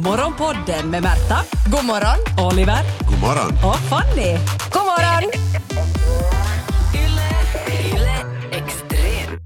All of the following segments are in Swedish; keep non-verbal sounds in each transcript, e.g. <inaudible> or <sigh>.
Morgonpodden med Märta, God morgon! Oliver God morgon. och Fanny. God morgon!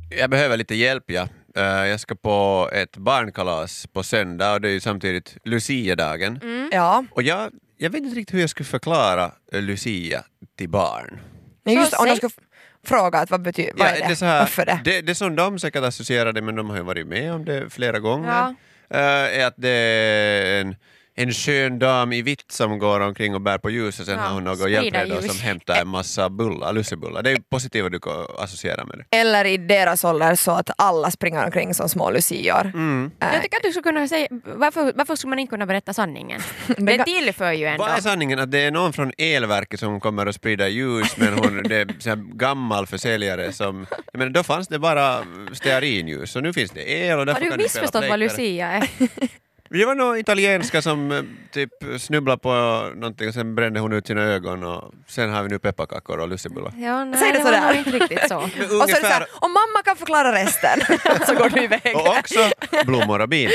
Jag behöver lite hjälp, ja. Eh, Jag ska på ett barnkalas på söndag och det är ju samtidigt Lucia-dagen. Ja, Och jag, jag vet inte riktigt hur jag skulle förklara eh, Lucia till barn. men just Så om de säg. ska f- fråga att vad, bety- vad är det? så här, Varför det? Det, det som de säkert associerar det, men de har ju varit med om det flera gånger, Ja. eh, är att det är en, en skön dam i vitt som går omkring och bär på ljus och sen Ja, har hon några sprida hjälpredor ljus. som hämtar en massa bullar, lussebullar. Det är ju positiva du kan associera med det. Eller i deras ålder så att alla springer omkring som små lucior. Mm. Jag tycker att du skulle kunna säga, varför, varför skulle man inte kunna berätta sanningen? <laughs> Men Det tillför ju ändå. Vad är sanningen? Att det är någon från elverket som kommer att sprida ljus men hon det är så här gammal försäljare som... Jag menar, då fanns det bara stearinljus och nu finns det el och Har därför du kan du spela missförstått vad Blake där. Lucia <laughs> är? Det var någon italienska som eh, typ snubblade på någonting och sen brände hon ut sina ögon och sen har vi nu pepparkakor och lussebullar. Ja, nej, Säg det var sådär. nog inte riktigt så. Men Och så är det så Ungefär. här, om mamma kan förklara resten <laughs> så går du iväg. Och också blommor och <laughs> bin.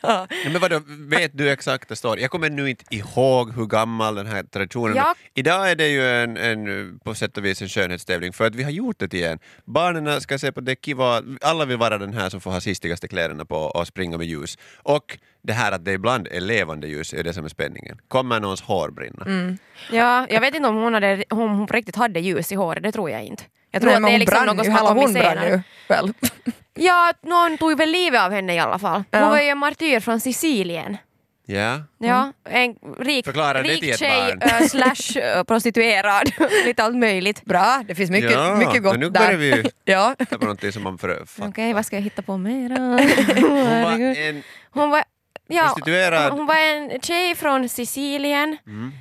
Ja. Nej, men vadå, vet du exakt det står? Jag kommer nu inte ihåg hur gammal den här traditionen är. Ja. Idag är det ju en, en, på sätt och vis en skönhetstävling för att vi har gjort det igen. Barnen ska se på det kiva, alla vill vara den här som får ha sistigaste kläderna på och springa med ljus. Och det här att det ibland är levande ljus är det som är spänningen. Kommer någons hår brinna? Mm. Ja, jag vet inte om hon, hade, om hon på riktigt hade ljus i håret, det tror jag inte. Jag tror Nej, att men det är hon liksom brann något ju, som har hela kommit hon brann senare. ju <laughs> väl. Ja, någon tog väl livet av henne i alla fall. Hon Ja. var ju en martyr från Sicilien. Ja. Mm. Ja, en rik, Förklara det till rik ett tjej barn. ö, slash ö, prostituerad, <laughs> lite allt möjligt. Bra, det finns mycket, Ja, mycket men gott nu börjar där. vi ju- <laughs> ja. Det var någonting som man <laughs> för... Okej, Fuck. vad ska jag hitta på mera? Hon var Herregud. en, Hon var, ja, Prostituerad. Mm. hon var en tjej från Sicilien.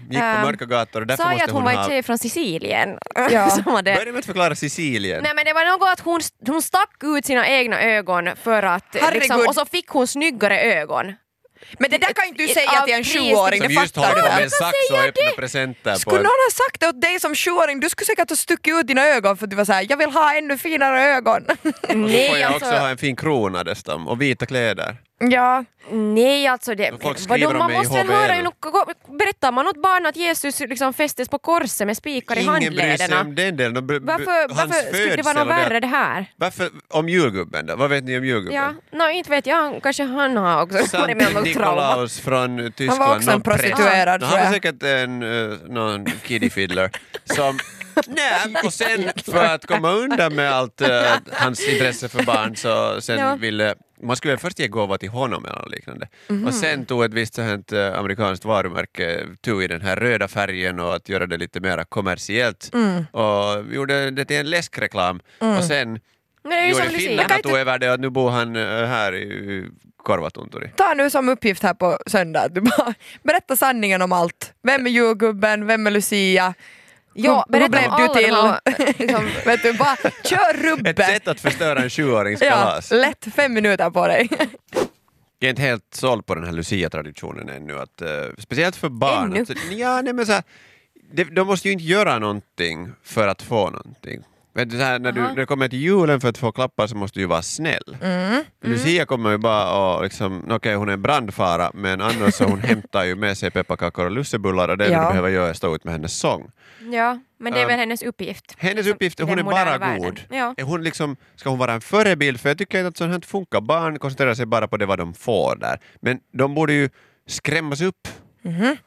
gick Ehm, på mörka gator och därför Sa jag måste att hon hon var en ha... tjej från Sicilien? Ja. <laughs> Som hade, Börja med att förklara Sicilien. Nej men det var något att hon, hon stack ut sina egna ögon för att... eh, Liksom, Herregud. och så fick hon snyggare ögon. Men det där kan ju inte du säga Av till en pris- liksom. sjuåring, Som det just håller fattar på du med väl? en sax och öppnar presenter på Skulle en någon ha sagt det åt dig som sjuåring, du skulle säkert ha stuckit ut dina ögon för att du var såhär, jag vill ha ännu finare ögon. <laughs> Och så får jag alltså- också ha en fin krona dessutom och vita kläder. ja. Nej alltså det... Men folk skriver vadå, om man mig i måste väl HBL. höra... ju något- Berättar man åt barn att Jesus liksom fästes på korset med spikar i Ingen bryr sig handlederna? om den delen. De br- br- Varför, hans varför skulle det vara födsel och något värre att- det här? Varför, om julgubben då? Vad vet ni om Ja, julgubben? no, inte vet jag, kanske han har <laughs> också varit med om Sankt något trauma. Nikolaus från Tyskland. Han var också en någon präst. prostituerad No, tror han var jag. säkert en uh, någon kiddie fiddler <laughs> som... Nej, och sen för att komma undan med allt eh, hans intresse för barn så sen Ja. ville... Man skulle väl först ge gåva till honom eller något liknande. Mhm. Och sen tog ett visst sånt här eh, amerikanskt varumärke tog i den här röda färgen och att göra det lite mer kommersiellt. Mm. Och gjorde det till en läskreklam. Och sen Men det är ju gjorde som Lucia. finnarna tog över det att nu bor han eh, här i- i Korvatunturi. ta nu som uppgift här på söndag att du bara berätta sanningen om allt. Vem är julgubben, vem är Lucia? Ja, hur, hur berätta blev om du alla de till? här, <laughs> liksom- Vet du, bara kör Ett rubben. sätt att förstöra en <laughs> sjuårings Ja, kalas. lätt fem minuter på <laughs> dig. Jag är inte helt såld på den här Lucia-traditionen ännu. Att, eh, speciellt för barn. Ännu? Att, ja, nej, men så här, de, de måste ju inte göra någonting för att få någonting. Vet du, så här, när, du, Aha. när det kommer till julen för att få klappar så måste du ju vara snäll. Lucia kommer ju bara och liksom, okej hon är en brandfara men annars så hon hämtar ju med sig pepparkakor och lussebullar och det Ja. du behöver göra är att stå ut med hennes sång. Ja, men det är väl Ehm, hennes uppgift. Hennes liksom, uppgift, i hon den är moderna bara världen. god. Ja. Är hon liksom, ska hon vara en förebild? För jag tycker inte att sånt här funkar. Barn koncentrerar sig bara på det vad de får där. Men de borde ju skrämmas upp Okej,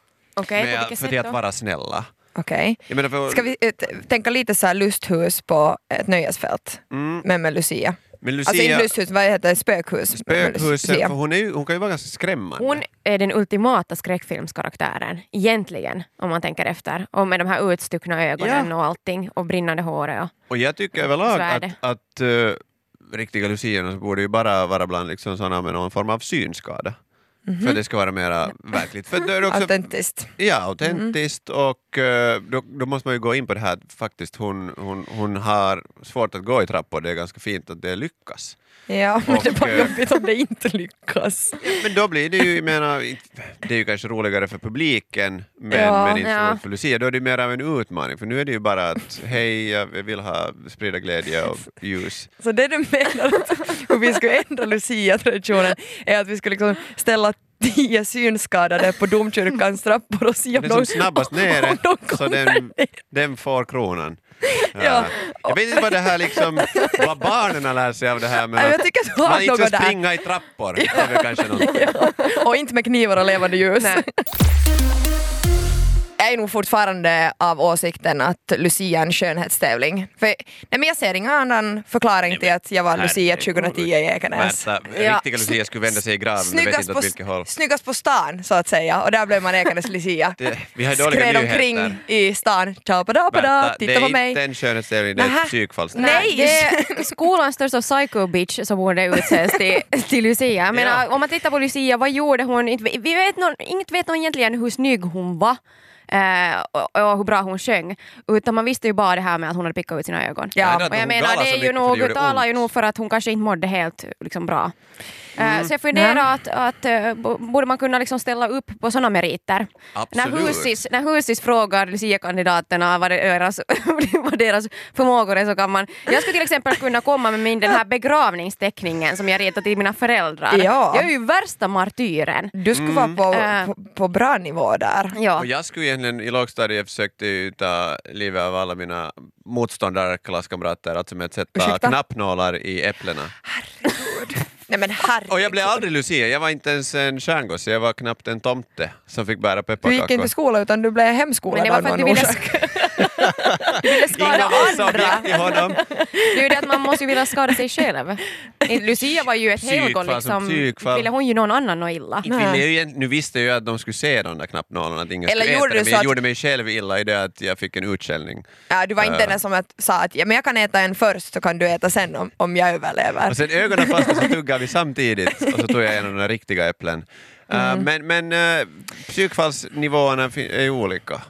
på med, vilket för sätt det att då? vara snälla. Okej. Jag menar för, Ska vi eh, t- tänka lite så här lusthus på ett nöjesfält? Mm. Men med Lucia. men Lucia, Alltså inte lusthus, vad heter det? Spökhus? spökhuset, Lucia. för hon, är, ju- hon kan ju vara ganska skrämmande. Hon är den ultimata skräckfilmskaraktären, egentligen, om man tänker efter. Och med de här utstuckna ögonen och allting, och brinnande håret. Och... Och jag tycker överlag Så är att, det. att eh, riktiga luciorna så borde ju bara vara bland liksom sådana med någon form av synskada. Mhm. För det ska vara mera verkligt. För då är det också Autentiskt. Ja, autentiskt och eh, då, då måste man ju gå in på det här att faktiskt hon, hon, hon har svårt att gå i trappor, det är ganska fint att det lyckas. Ja, men det Och, var eh, jobbigt om det inte lyckas. Men då blir det ju, jag menar, inte- det är ju kanske roligare för publiken men, Ja, men inte så ja. roligt för Lucia, då är det ju mer av en utmaning för nu är det ju bara att hej, jag vill ha sprida glädje och ljus. Så det du menar att hur vi skulle ändra Lucia-traditionen är att vi skulle liksom ställa tio synskadade på domkyrkans trappor och se om Den som de, <laughs> snabbast om ner de så kommer den, den får kronan. Ja. <laughs> Ja. Jag vet inte vad det här liksom, vad barnen lär sig av det här Nej, men jag att tycker att du har man inte något ska där. springa i trappor. Det är väl kanske <laughs> något. och inte med knivar och levande ljus. Nej. Jag är nog fortfarande av åsikten att Lucia är en skönhetstävling. För, nej, men jag ser ingen annan förklaring till att jag var Lucia 2010 i Ekenäs. Märta, Ja. riktiga Lucia skulle vända sig i graven, men vet Snyggast inte på, åt vilket håll. snyggast på stan så att säga och där blev man Ekenäs Lucia. Det, vi har dåliga Skred nyheter. omkring i stan, tjapadabada, Märta, det titta på är mig. inte en skönhetstävling, det är Nähä. ett psykfallstävling. Nej. <laughs> Det är <laughs> skolan största psycho bitch som borde utses till, till Lucia. Jag menar, Ja. Om man tittar på Lucia, vad gjorde hon? Inte, vi vet någon, inget vet någon egentligen hur snygg hon var eh, och, och hur bra hon sjöng. Utan man visste ju bara det här med att hon hade pickat ut sina ögon. Ja. Ändå att Och jag hon menar, galade det så är ju mycket för nog, gjorde talar ont. ju nog för att hon kanske inte mådde helt liksom, bra. Eh, Så jag funderar att, att eh, b- borde man kunna liksom ställa upp på sådana meriter? Absolut. När Husis, när Husis frågar Lucia-kandidaterna vad, det- deras- <laughs> vad deras förmågor är så kan man... Jag skulle till exempel kunna komma med min den här begravningsteckningen som jag ritat till mina föräldrar. Ja. Jag är ju värsta martyren. Du skulle Mm. vara på, Äh. på, på bra nivå där. Ja. Och jag skulle egentligen i lågstadiet försökte ju ta livet av alla mina motståndare, klasskamrater, alltså med att sätta Ursäkta? knappnålar i äpplena. Nej men Och herregud. jag blev aldrig Lucia, jag var inte ens en stjärngosse, jag var knappt en tomte som fick bära Du gick pepparkakor. inte i skola utan du blev hemskolad Men det var av för att någon du ville, orsak. du ville skada Ingen var som andra. gick till honom. Det är ju det att man måste ju vilja skada <laughs> sig själv. Lucia var ju ett Psykfall helgon som liksom. psykfall. Ville hon ju någon annan och illa? Inte ville jag ju egent- nu visste jag ju att de skulle se de där knappnålarna, att ingen Eller skulle äta gjorde det, du men så jag att- gjorde mig själv illa i det att jag fick en utskällning. Ja, du var inte Äh. den som att, sa att ja, men jag kan äta en först så kan du äta sen om, om jag överlever. Och sen ögonen fast och så tuggade vi samtidigt och så tog jag en av de där riktiga äpplen. Äh, Mm. men men äh, psykfallsnivåerna fi- är ju olika.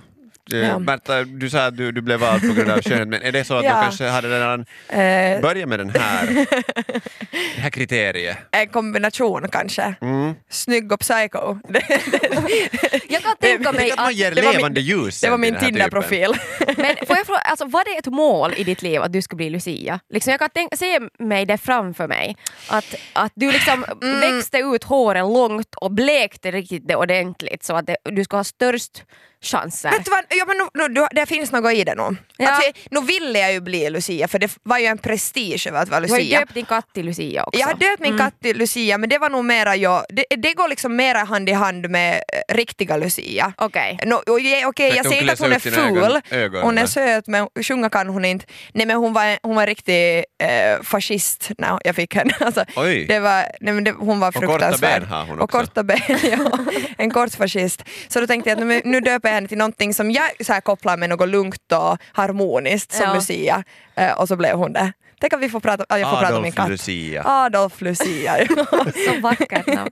Du, Ja. Märta, du sa att du, du blev vald på grund av könet, men är det så att Ja. du kanske hade redan Eh, börjat med den här, <laughs> det här kriteriet? en kombination kanske. Mm. Snygg och psycho. <laughs> Det, Jag kan <laughs> tänka mig Tänk att man ger det var min- levande ljus det var sen till min den här typen. Tinder-profil. <laughs> Men får jag fråga, alltså, var det ett mål i ditt liv att du skulle bli Lucia? Liksom, jag kan tänka, se mig det framför mig. Att, att du liksom Mm. växte ut håret långt och blekte riktigt det ordentligt så att det, du ska ha störst chanser. Vet du vad, ja, men nu, nu, du- det finns något i det nog. Ja. Alltså, nu ville jag ju bli Lucia för det var ju en prestige över att vara Du har ju Lucia. döpt din katt till Lucia också. Mm. Jag har döpt min katt till Lucia men det var nog mera jag, det, det går liksom mera hand i hand med eh, riktiga Lucia. Mm, Okej. <laughs> Eh, No, och jag- Okej, att jag hon säger inte att klär hon är sig ut i dina ful, ögon- ögon, hon är va? söt men sjunga kan hon inte. Nej men hon var, hon var riktig eh, fascist när jag fick henne. <laughs> Alltså, Oj. det var, nej, men det, hon var korta fruktansvärd. ben har hon och också. korta ben, <laughs> ja. En kort fascist. Så då tänkte jag att nu, nu döper jag henne till någonting som jag så här kopplar med något lugnt och harmoniskt som Ja. Lucia. Eh, och så blev hon det. Tänk att vi får prata, ja, jag får prata om min Adolf katt. Lucia. Adolf Lucia. ja. Så vackert namn.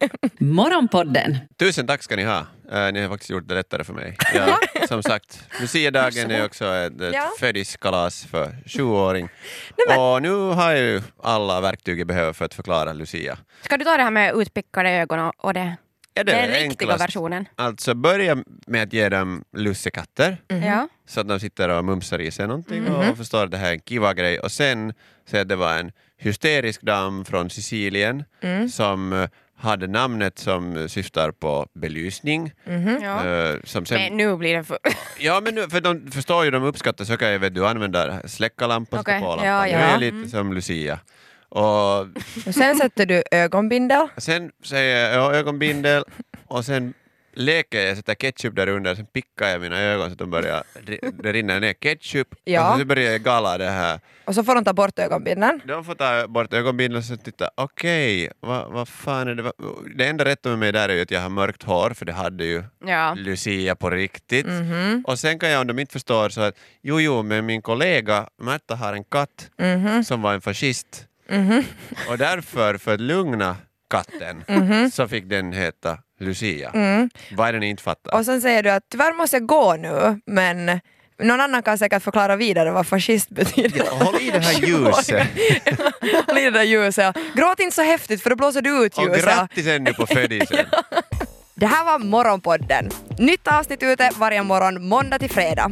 Morgonpodden Tusen tack ska ni ha. Eh, ni har faktiskt gjort det lättare för <laughs> mig. Ja, som sagt, Luciadagen är också ett, ett Ja. födiskalas för sjuåring. men- Och nu har jag ju alla verktyg jag behöver för att förklara Lucia. Ska du ta det här med utpickade ögon och- och det? Ja, det är den väl riktiga enklast. versionen. Alltså börja med att ge dem lussekatter Mm. Ja. så att de sitter och mumsar i sig någonting Mm. och förstår att det här är en kiva grej. Och sen säga att det var en hysterisk dam från Sicilien Mm. som eh, hade namnet som syftar på belysning. Mm-hmm. Mm. ja. eh, Som sen Men nu blir det för... Ja, men nu, för de förstår ju, de uppskattar så kan jag vet du använder släckarlampan Okej, okay. på ja, lampan. ja. Mm. Nu är jag lite som Lucia. Och Och <laughs> sen sätter du ögonbindel. sen säger jag, jag har ögonbindel och sen leker jag, sätter ketchup där under, sen pickar jag mina ögon så att de börjar, det rinner ner ketchup Ja. och så börjar jag gala det här. Och så får de ta bort ögonbindeln. De får ta bort ögonbindeln och så titta, okej, vad vad fan är det? Det enda rätta med mig där är ju att jag har mörkt hår, för det hade ju <laughs> Ja. Lucia på riktigt. Och sen kan jag om de inte förstår så att jo, jo, men min kollega Märta har en katt som var en fascist. Och därför, för att lugna katten, så fick den heta Lucia. Vad är det ni inte fattar? Och sen säger du att tyvärr måste jag gå nu men någon annan kan säkert förklara vidare vad fascist betyder. Ja, håll i det <laughs> här ljuset. Håll i det där ljuset. Gråt inte så häftigt för då blåser du ut Och ljuset. grattis ännu på födelsen! Det här var Morgonpodden. Nytt avsnitt ute varje morgon måndag till fredag.